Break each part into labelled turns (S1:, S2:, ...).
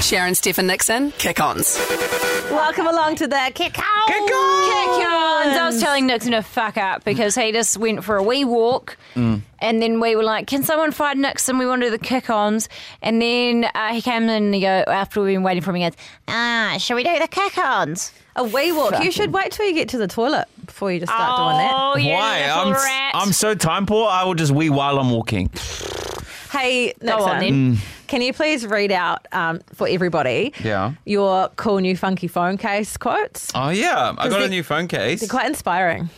S1: Sharon Stephen Nixon, kick ons.
S2: Welcome along to the kick on. Kick on.
S3: I was telling Nixon to fuck up because he just went for a wee walk. And then we were like, can someone find Nixon? We want to do the kick ons. And then uh, he came in and he go, after we've been waiting for him, he goes, ah, shall we do the kick ons?
S2: A wee walk. You should wait till you get to the toilet before you just start doing that.
S3: Oh, you
S4: Why?
S3: little
S4: I'm,
S3: rat.
S4: I'm so time poor, I will just wee while I'm walking.
S2: Hey, Nixon,
S3: on then.
S2: can you please read out um, for everybody
S4: Mm. Yeah.
S2: your cool new funky phone case quotes?
S4: Oh, yeah. I got
S2: they-
S4: a new phone case.
S2: They're quite inspiring.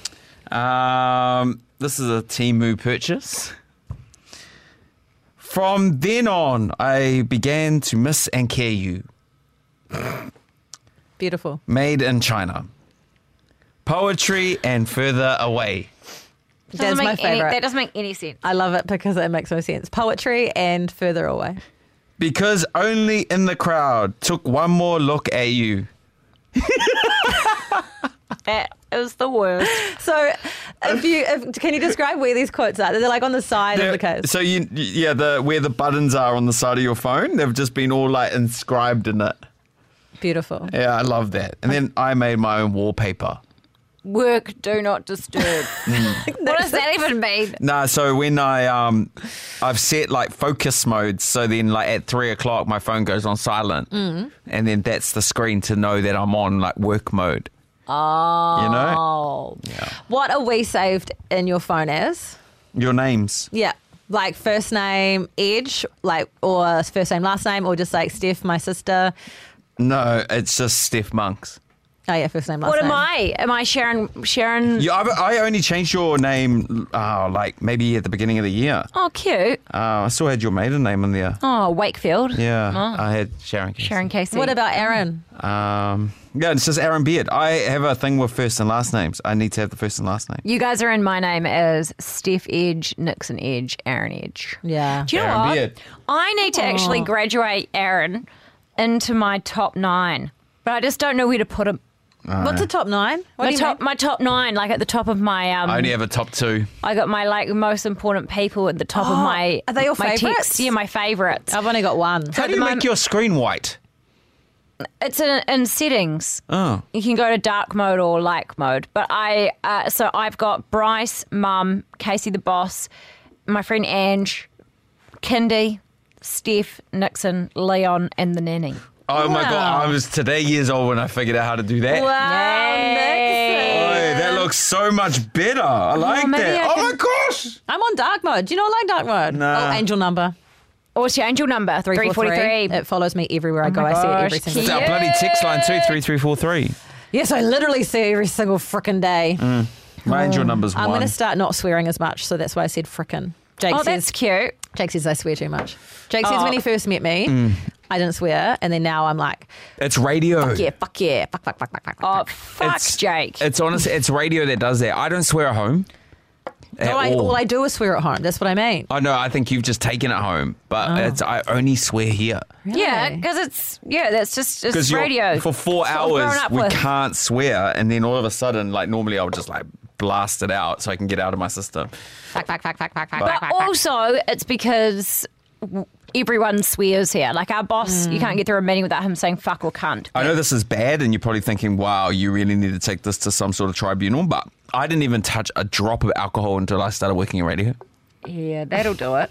S4: Um, this is a Timu purchase. From then on, I began to miss and care you.
S2: Beautiful.
S4: Made in China. Poetry and further away.
S2: That's
S3: Doesn't
S2: my
S3: make any-
S2: favorite.
S3: that doesn't make any sense.
S2: I love it because it makes no sense. Poetry and further away.
S4: Because only in the crowd took one more look at you.
S3: That is the worst.
S2: So, if you if, can you describe where these quotes are? They're like on the side of the
S4: They're-
S2: case.
S4: So you, yeah, the where the buttons are on the side of your phone, they've just been all like inscribed in it.
S2: Beautiful.
S4: Yeah, I love that. And then I made my own wallpaper.
S3: Work, do not disturb. what does that even mean?
S4: No, so when I um, I've set like focus modes, so then like at three o'clock my phone goes on silent,
S3: Mm-hmm.
S4: and then that's the screen to know that I'm on like work mode. Oh, you know
S3: Oh,
S2: What are we saved in your phone as?
S4: your names.
S2: Yeah. Like first name Edge, like or first name last name, or just like Steph, my sister.
S4: No, it's just Steph Monks.
S2: Oh yeah, first name last
S3: what
S2: name.
S3: am I? Am I Sharon? Sharon?
S4: You, I, I only changed your name, uh, like maybe at the beginning of the year.
S3: Oh, cute.
S4: Uh, I still had your maiden name in there.
S3: Oh, Wakefield.
S4: Yeah, I had Sharon. Casey.
S3: Sharon Casey.
S2: What about Aaron?
S4: Um, yeah, it's just Aaron Beard. I have a thing with first and last names. I need to have the first and last name.
S3: You guys are in my name as Steph Edge, Nixon Edge, Aaron Edge.
S2: Yeah.
S3: Do you know
S4: Aaron
S3: what?
S4: Beard.
S3: I need to actually graduate Aaron into my top nine, but I just don't know where to put him.
S4: Oh,
S2: What's the top nine? What
S3: My
S2: do you
S3: top,
S2: mean?
S3: my top nine, like at the top of my um,
S4: I only have a top two.
S3: I got my like most important people at the top of
S2: Oh,
S3: my.
S2: are they your Oh.
S3: my
S2: favourites?
S3: Text. Yeah, my favorites.
S2: I've only got one.
S4: How do you make your screen white?
S3: It's in, in settings.
S4: Oh.
S3: You can go to dark mode or like mode. But I, uh, so I've got Bryce, Mum, Casey the boss, my friend Ange, Kindy, Steph, Nixon, Leon, and the nanny.
S4: Oh my
S2: Wow.
S4: god, I was today years old when I figured out how to do that.
S2: Wow,
S3: Yay.
S2: Nixon.
S4: Oh, that looks so much better. I like
S3: maybe
S4: that.
S3: I
S4: oh
S3: can-
S4: my gosh.
S2: I'm on dark mode. Do you not like dark mode?
S4: Nah.
S2: Oh, angel number
S3: Or what's your angel number?
S2: 343.
S3: 343.
S2: It follows me everywhere I go. I see it every
S3: Oh gosh,
S2: single
S4: It's
S2: day.
S4: our
S3: Yeah.
S4: bloody text line 23343.
S2: Yes, I literally see it every single frickin' day.
S4: My angel number's
S2: I'm
S4: Mm, one.
S2: going to start not swearing as much, so that's why I said frickin'. Jake
S3: Oh,
S2: says
S3: that's cute.
S2: Jake says I swear too much. Jake says
S3: Oh.
S2: when he first met me,
S4: Mm.
S2: I didn't swear, and then now I'm like,
S4: it's radio.
S2: yeah, fuck yeah, fuck, fuck, fuck, fuck, fuck.
S3: Oh,
S2: fuck.
S3: fuck,
S4: It's-
S3: Jake.
S4: It's honestly, it's radio that does that. I don't swear at home. At
S2: No, I,
S4: all.
S2: all I do is swear at home. That's what I mean.
S4: Oh no, I think you've just taken it home, but it's I only swear here
S3: Yeah,
S2: Really?
S3: because it's yeah, that's just it's
S4: you're-
S3: radio.
S4: for four
S3: That's what we've
S4: hours
S3: grown up
S4: we
S3: with.
S4: can't swear, and then all of a sudden, like normally I would just like blast it out so I can get out of my system.
S2: Fuck, fuck, fuck, fuck, fuck, fuck, fuck,
S3: But
S2: fuck.
S3: also, it's because w- everyone swears here. Like our boss, you can't get through a meeting without him saying fuck or cunt.
S4: I know this is bad, and you're probably thinking, wow, you really need to take this to some sort of tribunal. But I didn't even touch a drop of alcohol until I started working in radio.
S3: Yeah, that'll do it.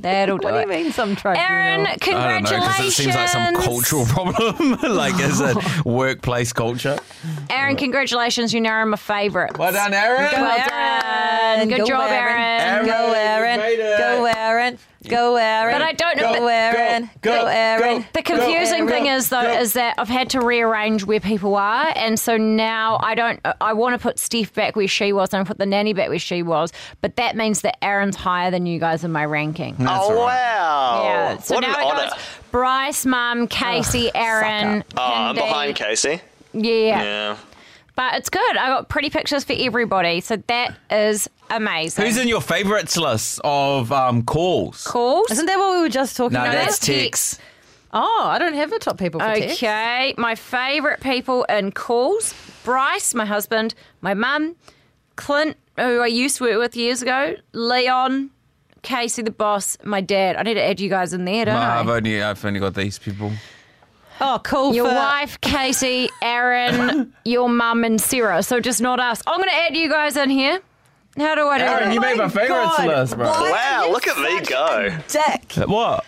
S3: That'll do
S2: What do you
S3: it.
S2: mean some tribunal?
S3: Aaron,
S4: I don't know,
S3: congratulations.
S4: it seems like some cultural problem, like as a workplace culture.
S3: Aaron, congratulations. You're now my favourite.
S4: Well done, Aaron.
S3: Well done. Good
S2: Go,
S3: job,
S2: Aaron.
S3: Aaron.
S2: Go Aaron,
S4: Aaron, you made it.
S2: go Aaron, go Aaron.
S3: But I don't know-
S2: Go
S3: but-
S2: Aaron, go,
S4: go, go,
S2: Aaron.
S3: The confusing
S2: Go,
S3: thing
S2: Aaron.
S3: is though is that I've had to rearrange where people are, and so now I don't. I want to put Steph back where she was, and I put the nanny back where she was, but that means that Aaron's higher than you guys in my ranking.
S4: That's all right.
S5: Oh, Wow.
S3: yeah. So
S5: what
S3: now
S5: an
S3: it
S5: honor.
S3: goes Bryce, Mum, Casey, Aaron.
S5: Oh, I'm
S3: Hindi.
S5: behind Casey.
S3: Yeah.
S5: Yeah.
S3: but it's good. I got pretty pictures for everybody, so that is amazing.
S4: Who's in your favourites list of um, calls?
S3: Calls?
S2: Isn't that what we were just talking
S4: No,
S2: about?
S4: that's
S3: that's
S4: ticks.
S2: oh, I don't have a top people for text.
S3: Okay, my favourite people in calls Bryce, my husband, my mum, Clint, who I used to work with years ago, Leon, Casey, the boss, my dad. I need to add you guys in there, don't
S4: No, I've
S3: I?
S4: only I've only got these people.
S2: Oh, cool.
S3: Your
S2: for-
S3: wife, Casey, Aaron, your mum, and Sarah. So just not us. I'm going to add you guys in here. How do I do
S4: Aaron,
S3: that?
S4: you made my,
S2: Oh my
S4: favorites
S2: God.
S4: list, bro.
S2: Why-
S5: Wow, look at me go.
S2: Dick,
S4: What?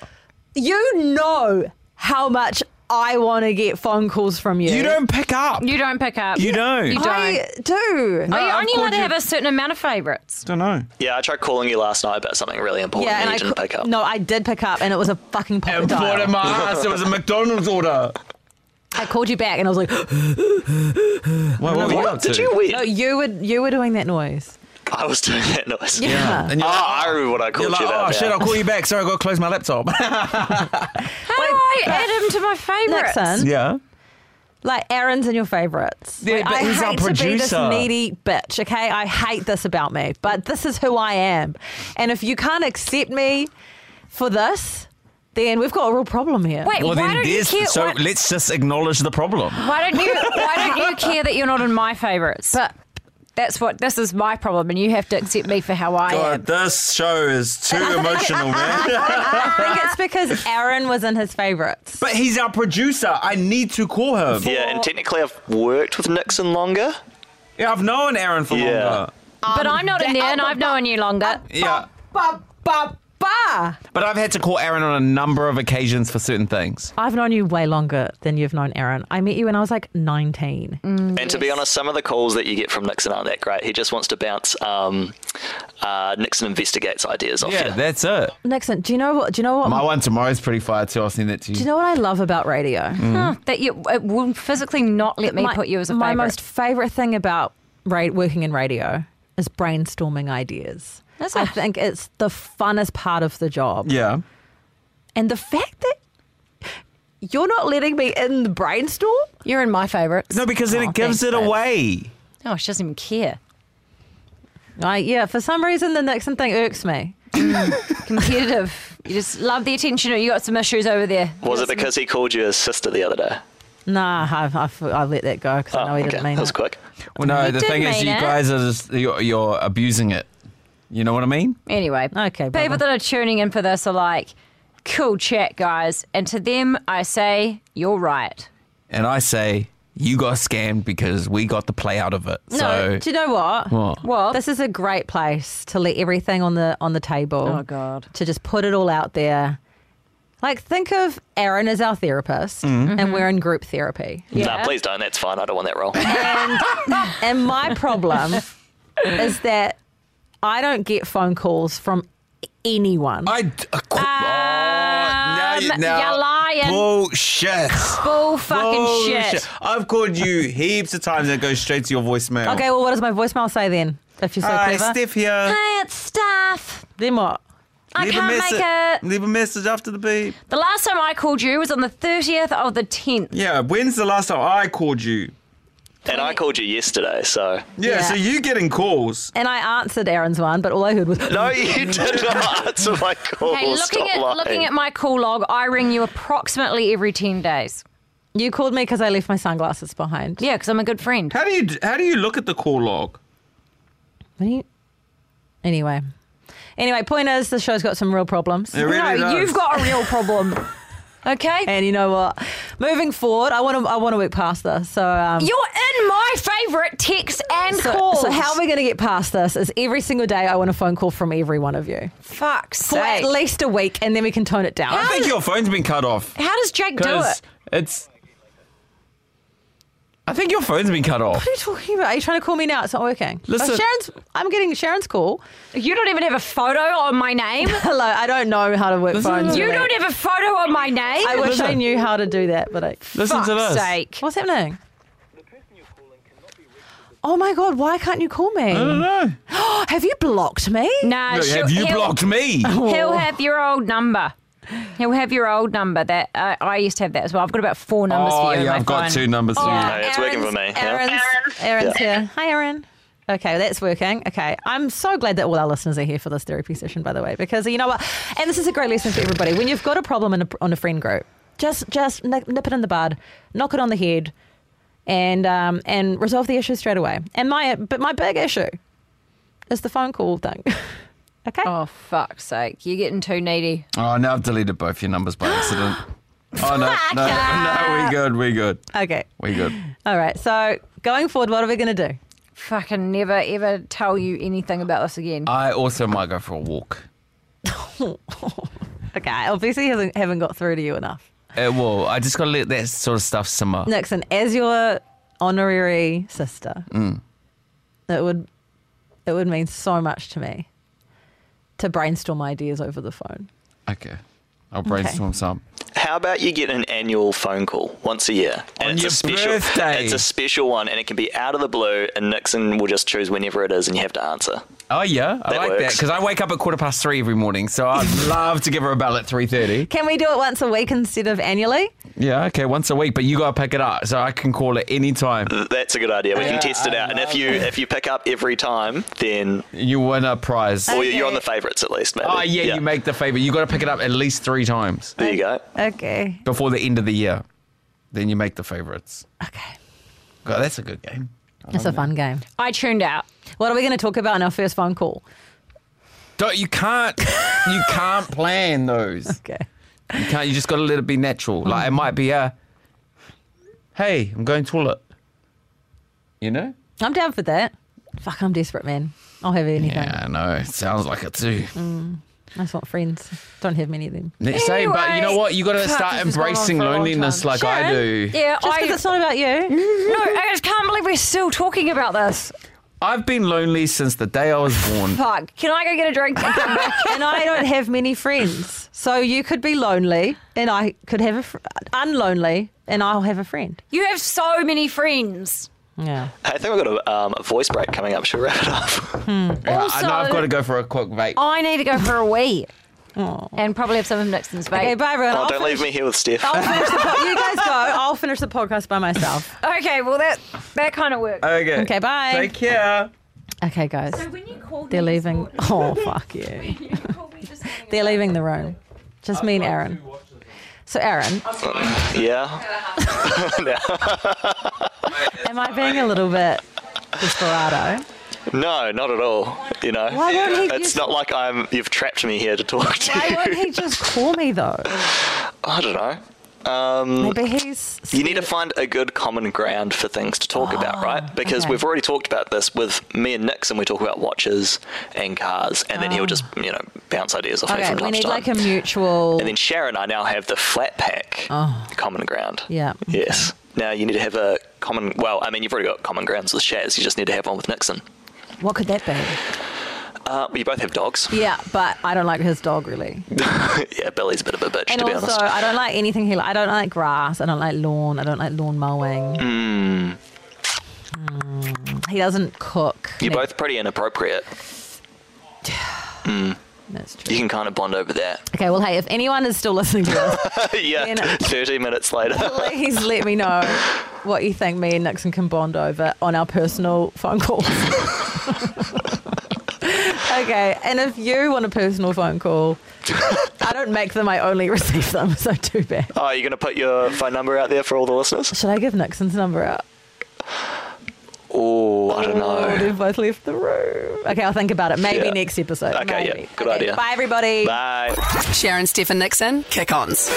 S2: you know how much I want to get phone calls from you.
S4: You don't pick up.
S3: you don't pick up.
S4: You don't.
S3: You don't.
S2: I do.
S3: Are you
S4: I've
S3: only allowed
S4: called
S3: to
S4: you-
S3: have a certain amount of favourites?
S4: don't know.
S5: Yeah, I tried calling you last night about something really important and you didn't
S2: cou-
S5: pick up.
S2: No, I did pick up, and it was a fucking pocket
S4: And bought
S2: dial.
S4: in my ass. It was a McDonald's order.
S2: I called you back, and I was like,
S4: What, what were you up
S5: Did
S4: to?
S5: you win?
S2: "No, you were you were doing that noise."
S5: I was doing that noise.
S2: Yeah.
S4: And
S5: Oh,
S4: you're like,
S5: I remember what I
S4: you're
S5: called
S4: like,
S5: you that.
S4: oh
S5: about.
S4: shit, I'll call you back. Sorry, I got to close my laptop.
S3: How do I add him to my favourites?
S2: Nixon,
S4: yeah.
S2: like Aaron's in your favorites.
S4: Yeah,
S2: Like,
S4: but
S2: I
S4: he's
S2: hate
S4: our
S2: to be this
S4: producer.
S2: needy bitch. Okay, I hate this about me, but this is who I am, and if you can't accept me for this, then we've got a real problem here.
S3: Wait,
S4: Well,
S3: why
S4: then
S3: don't you
S4: there's.
S3: care?
S4: so
S3: why,
S4: let's just acknowledge the problem.
S3: why don't you? Why don't you care that you're not in my favourites?
S2: but
S3: That's what. This is my problem, and you have to accept me for how I am.
S4: God, this show is too emotional, man.
S2: I think it's because Aaron was in his favorites.
S4: But he's our producer. I need to call him.
S5: Yeah, and technically I've worked with Nixon longer.
S4: Yeah, I've known Aaron for
S5: Yeah.
S4: longer.
S3: But I'm not
S2: Um,
S3: in there, and I've known you longer.
S4: Yeah.
S2: Ba ba ba.
S4: But I've had to call Aaron on a number of occasions for certain things.
S2: I've known you way longer than you've known Aaron. I met you when I was like 19.
S4: Mm.
S5: And to be honest, some of the calls that you get from Nixon aren't that great. He just wants to bounce um, uh, Nixon investigates ideas off
S4: Yeah,
S5: you.
S4: that's it.
S2: Nixon, do you know what? Do you know what?
S4: My one tomorrow's pretty fire too. I'll send that to you.
S2: do you know what I love about radio?
S4: Mm.
S3: Huh, that you it will physically not let me
S2: my,
S3: put you as a
S2: my
S3: favorite.
S2: most favorite thing about ra- working in radio is brainstorming ideas.
S3: Is
S2: I
S3: it?
S2: think it's the funnest part of the job,
S4: yeah.
S2: and the fact that you're not letting me in the brainstorm.
S3: You're in my favorites.
S4: No, because then
S3: Oh,
S4: it gives
S3: thanks,
S4: it
S3: babe.
S4: away.
S3: Oh, she doesn't even care.
S2: I, yeah, for some reason the Nixon thing irks me.
S3: Competitive. you just love the attention. Or you got some issues over there.
S5: Was it because he called you his sister the other day? Oh,
S2: Nah, I've, I've, I've let that go because I know he didn't
S5: Ah, okay.
S2: mean
S5: that was
S2: it.
S5: quick.
S4: Well, no,
S3: You
S4: the
S3: did
S4: thing is,
S3: mean
S4: you
S3: it.
S4: guys are just, you're, you're abusing it. You know what I mean?
S3: Anyway,
S2: Okay,
S3: People
S2: brother.
S3: that are tuning in for this are like, cool chat, guys. And to them, I say, you're right.
S4: And I say, you got scammed because we got the play out of it.
S2: No,
S4: so,
S2: do you know what?
S4: What?
S3: What?
S2: This is a great place to let everything on the on the table.
S3: Oh, God.
S2: To just put it all out there. Like think of Aaron as our
S4: Mm.
S2: therapist, and we're in group therapy.
S5: Nah, please don't. That's fine. I don't want that role.
S2: And and my problem is that I don't get phone calls from anyone.
S4: I. d- Uh, qu- oh,
S3: Um, you're lying.
S4: Bullshit.
S3: Bull fucking
S4: Bullshit.
S3: shit.
S4: I've called you heaps of times and it goes straight to your voicemail.
S2: okay, well, what does my voicemail say then? If you're so
S4: Hi,
S2: clever,
S4: Steph here.
S3: Hey, it's staff.
S2: then what?
S3: I
S4: Leave a
S3: can't
S4: message.
S3: make it.
S4: Leave a message after the beep.
S3: The last time I called you was on the 30th of the 10th.
S4: Yeah, when's the last time I called you?
S5: and I called you yesterday, so.
S4: Yeah,
S2: Yeah.
S4: so you getting calls.
S2: And I answered Aaron's one, but all I heard was
S5: No, you did not answer my call.
S3: Okay, looking
S5: Stop
S3: at,
S5: lying.
S3: looking at my call log, I ring you approximately every 10 days.
S2: you called me because I left my sunglasses behind.
S3: Yeah, because I'm a good friend.
S4: How do you how do you look at the call log?
S2: What do you- Anyway. Anyway, point is, the show's got some real problems.
S4: It
S3: no,
S4: really does.
S3: you've got a real problem. Okay?
S2: And you know what? Moving forward, I want to I want to work past this. So, um,
S3: You're in my favourite texts and
S2: so,
S3: calls.
S2: so how we're going to get past this is every single day I want a phone call from every one of you
S3: Fuck's
S2: for
S3: sake.
S2: at least a week, and then we can tone it down.
S4: I think your phone's been cut off.
S3: How does Jake Oh. do it?
S4: Because it's I think your phone's been cut off.
S2: What are you talking about? Are you trying to call me now? It's not working. Oh,
S4: Listen-
S2: Sharon's. I'm getting Sharon's call.
S3: You don't even have a photo on my name.
S2: Hello. I don't know how to work
S4: Listen-
S2: phones.
S3: you
S2: really.
S3: don't have a photo on my name.
S2: I wish I
S4: Listen.
S2: knew how to do that, but I.
S4: Listen
S3: Fuck's
S4: to this.
S3: sake.
S2: What's happening? Oh my god! Why can't you call me?
S4: I don't know.
S3: Uh,
S2: Have you blocked me?
S3: Nah,
S4: Look,
S3: she'll-
S4: have you
S3: he'll,
S4: blocked me?
S3: He'll have your old number. He'll have your old number. That uh, I used to have that as well. I've got about four numbers
S4: Oh
S3: for you. in
S4: yeah,
S3: my
S4: I've got
S3: phone. Oh.
S4: two numbers for you.
S5: No, it's working for me. yeah.
S2: Aaron's, Aaron's here. Hi, Aaron. Okay, that's working. Okay, I'm so glad that all our listeners are here for this therapy session, by the way, because you know what? And this is a great lesson for everybody. When you've got a problem in a, on a friend group, just just nip, nip it in the bud, knock it on the head, and um, and resolve the issue straight away. And my but my big issue is the phone call thing. Okay.
S3: Oh, fuck's sake. You're getting too needy.
S4: Oh, now I've deleted both your numbers by accident. oh, no, no, no, we good, we good,
S2: Okay.
S4: we good.
S2: All right. So going forward, what are we going to do?
S3: Fucking never, ever tell you anything about this again.
S4: I also might go for a walk.
S2: Okay. Obviously, hasn't haven't got through to you enough,
S4: It will. Eh, I just got to let that sort of stuff simmer.
S2: Nixon. As your honorary sister, it would it would mean so much to me to brainstorm ideas over the phone.
S4: Okay. I'll brainstorm some.
S5: How about you get an annual phone call once a year?
S4: On
S5: it's
S4: your
S5: a special,
S4: birthday.
S5: It's a special one, and it can be out of the blue, and Nixon will just choose whenever it is, and you have to answer.
S4: Oh yeah, I
S5: That
S4: like that
S5: works.
S4: because I wake up at quarter past three every morning, so I'd love to give her a bell at three thirty.
S2: Can we do it once a week instead of annually?
S4: Yeah, okay, once a week, but you gotta pick it up, so I can call it any time.
S5: Th- That's a good idea. We can test it out, and if you if you pick up every time, then
S4: You win a prize.
S5: or
S4: Oh
S5: you're on the favourites at least. Maybe.
S4: yeah, you make the favor. You gotta pick it up at least three times
S5: There you go.
S2: Okay.
S4: before the end of the year. Then you make the favorites.
S2: Okay.
S4: God, that's a good game.
S2: It's a fun game.
S3: I tuned out.
S2: What are we going to talk about in our first phone call?
S4: Don't you can't you can't plan those.
S2: Okay.
S4: You can't. You just got to let it be natural. Like it might be a, hey, I'm going toilet. You know?
S2: I'm down for that. Fuck, I'm desperate, man. I'll have anything.
S4: Yeah, I know. It sounds like it too.
S2: I just want friends. Don't have many of them.
S4: Let's say, but you know
S3: Anyway,
S4: what? You got to
S3: fuck,
S4: start
S3: this has gone on
S4: embracing
S3: for a long
S4: loneliness
S3: time.
S4: like I do.
S3: Yeah,
S2: Just
S3: I,
S2: because it's not about you.
S3: no, I just can't believe we're still talking about this.
S4: I've been lonely since the day I was born.
S3: Fuck. Can I go get a drink?
S2: and I don't have many friends. So you could be lonely and I could have a fr- unlonely and I'll have a friend.
S3: you have so many friends.
S2: Yeah.
S5: I think we've got a, um, a voice break coming up. Should we wrap it up?
S4: Yeah, I
S3: Also-
S4: know I've got to go for a quick vape.
S2: Oh.
S3: I need to go for a wee. And probably have some of Nixon's vape.
S2: Okay, bye everyone.
S5: Oh,
S2: I'll
S5: don't leave
S2: finish-
S5: me here with Steph.
S2: I'll finish the po- you guys go. I'll finish the podcast by myself.
S3: Okay, well that that kind of worked.
S4: Okay.
S2: Okay, bye.
S4: Take care.
S2: Okay, guys.
S3: when you called
S2: They're leaving. Oh, fuck you. They're leaving the room. Just me and Aaron. So, Aaron,
S5: yeah.
S2: am I being a little bit desperado?
S5: No, not at all. You know,
S2: Why won't he
S5: it's
S2: just-
S5: not like I'm. You've trapped me here to talk to.
S2: Why
S5: you.
S2: won't he just call me though?
S5: I don't know. Um,
S2: Maybe he's.
S5: You need to find a good common ground for things to talk about, right? Because
S2: Ah, okay.
S5: we've already talked about this with me and Nixon. We talk about watches and cars, and then he'll just you know bounce ideas off me
S2: Ah. Okay,
S5: from
S2: we
S5: time to
S2: need
S5: time.
S2: like a mutual.
S5: and then Sharon, and I now have the flat pack common ground.
S2: Oh. Yeah.
S5: Yes. Now you need to have a common. Well, I mean, you've already got common grounds with Shaz. You just need to have one with Nixon.
S2: What could that be?
S5: Uh, you both have dogs.
S2: Yeah, but I don't like his dog really.
S5: yeah, Billy's a bit of a bitch,
S2: And
S5: to be
S2: also,
S5: honest.
S2: I don't like anything he. Li- I don't like grass. I don't like lawn. I don't like lawn mowing.
S5: Hmm.
S2: Mm, He doesn't cook.
S5: You're both pretty inappropriate.
S2: That's
S5: You
S2: true.
S5: can kind of bond over that.
S2: Okay, well, hey, if anyone is still listening to this,
S5: yeah.
S2: Then-
S5: 30 minutes later.
S2: please let me know what you think me and Nixon can bond over on our personal phone calls. okay, and if you want a personal phone call, I don't make them, I only receive them, so too bad.
S5: Oh, you're going to put your phone number out there for all the listeners?
S2: Should I give Nixon's number out?
S5: Oh, I don't
S2: Oh,
S5: know.
S2: they've both left the room. Okay, I'll think about it. Maybe
S5: Yeah.
S2: next episode.
S5: Okay, yeah.
S2: maybe.
S5: Good idea.
S2: Bye, everybody.
S5: Bye.
S1: Sharon Stephen Nixon, kick ons.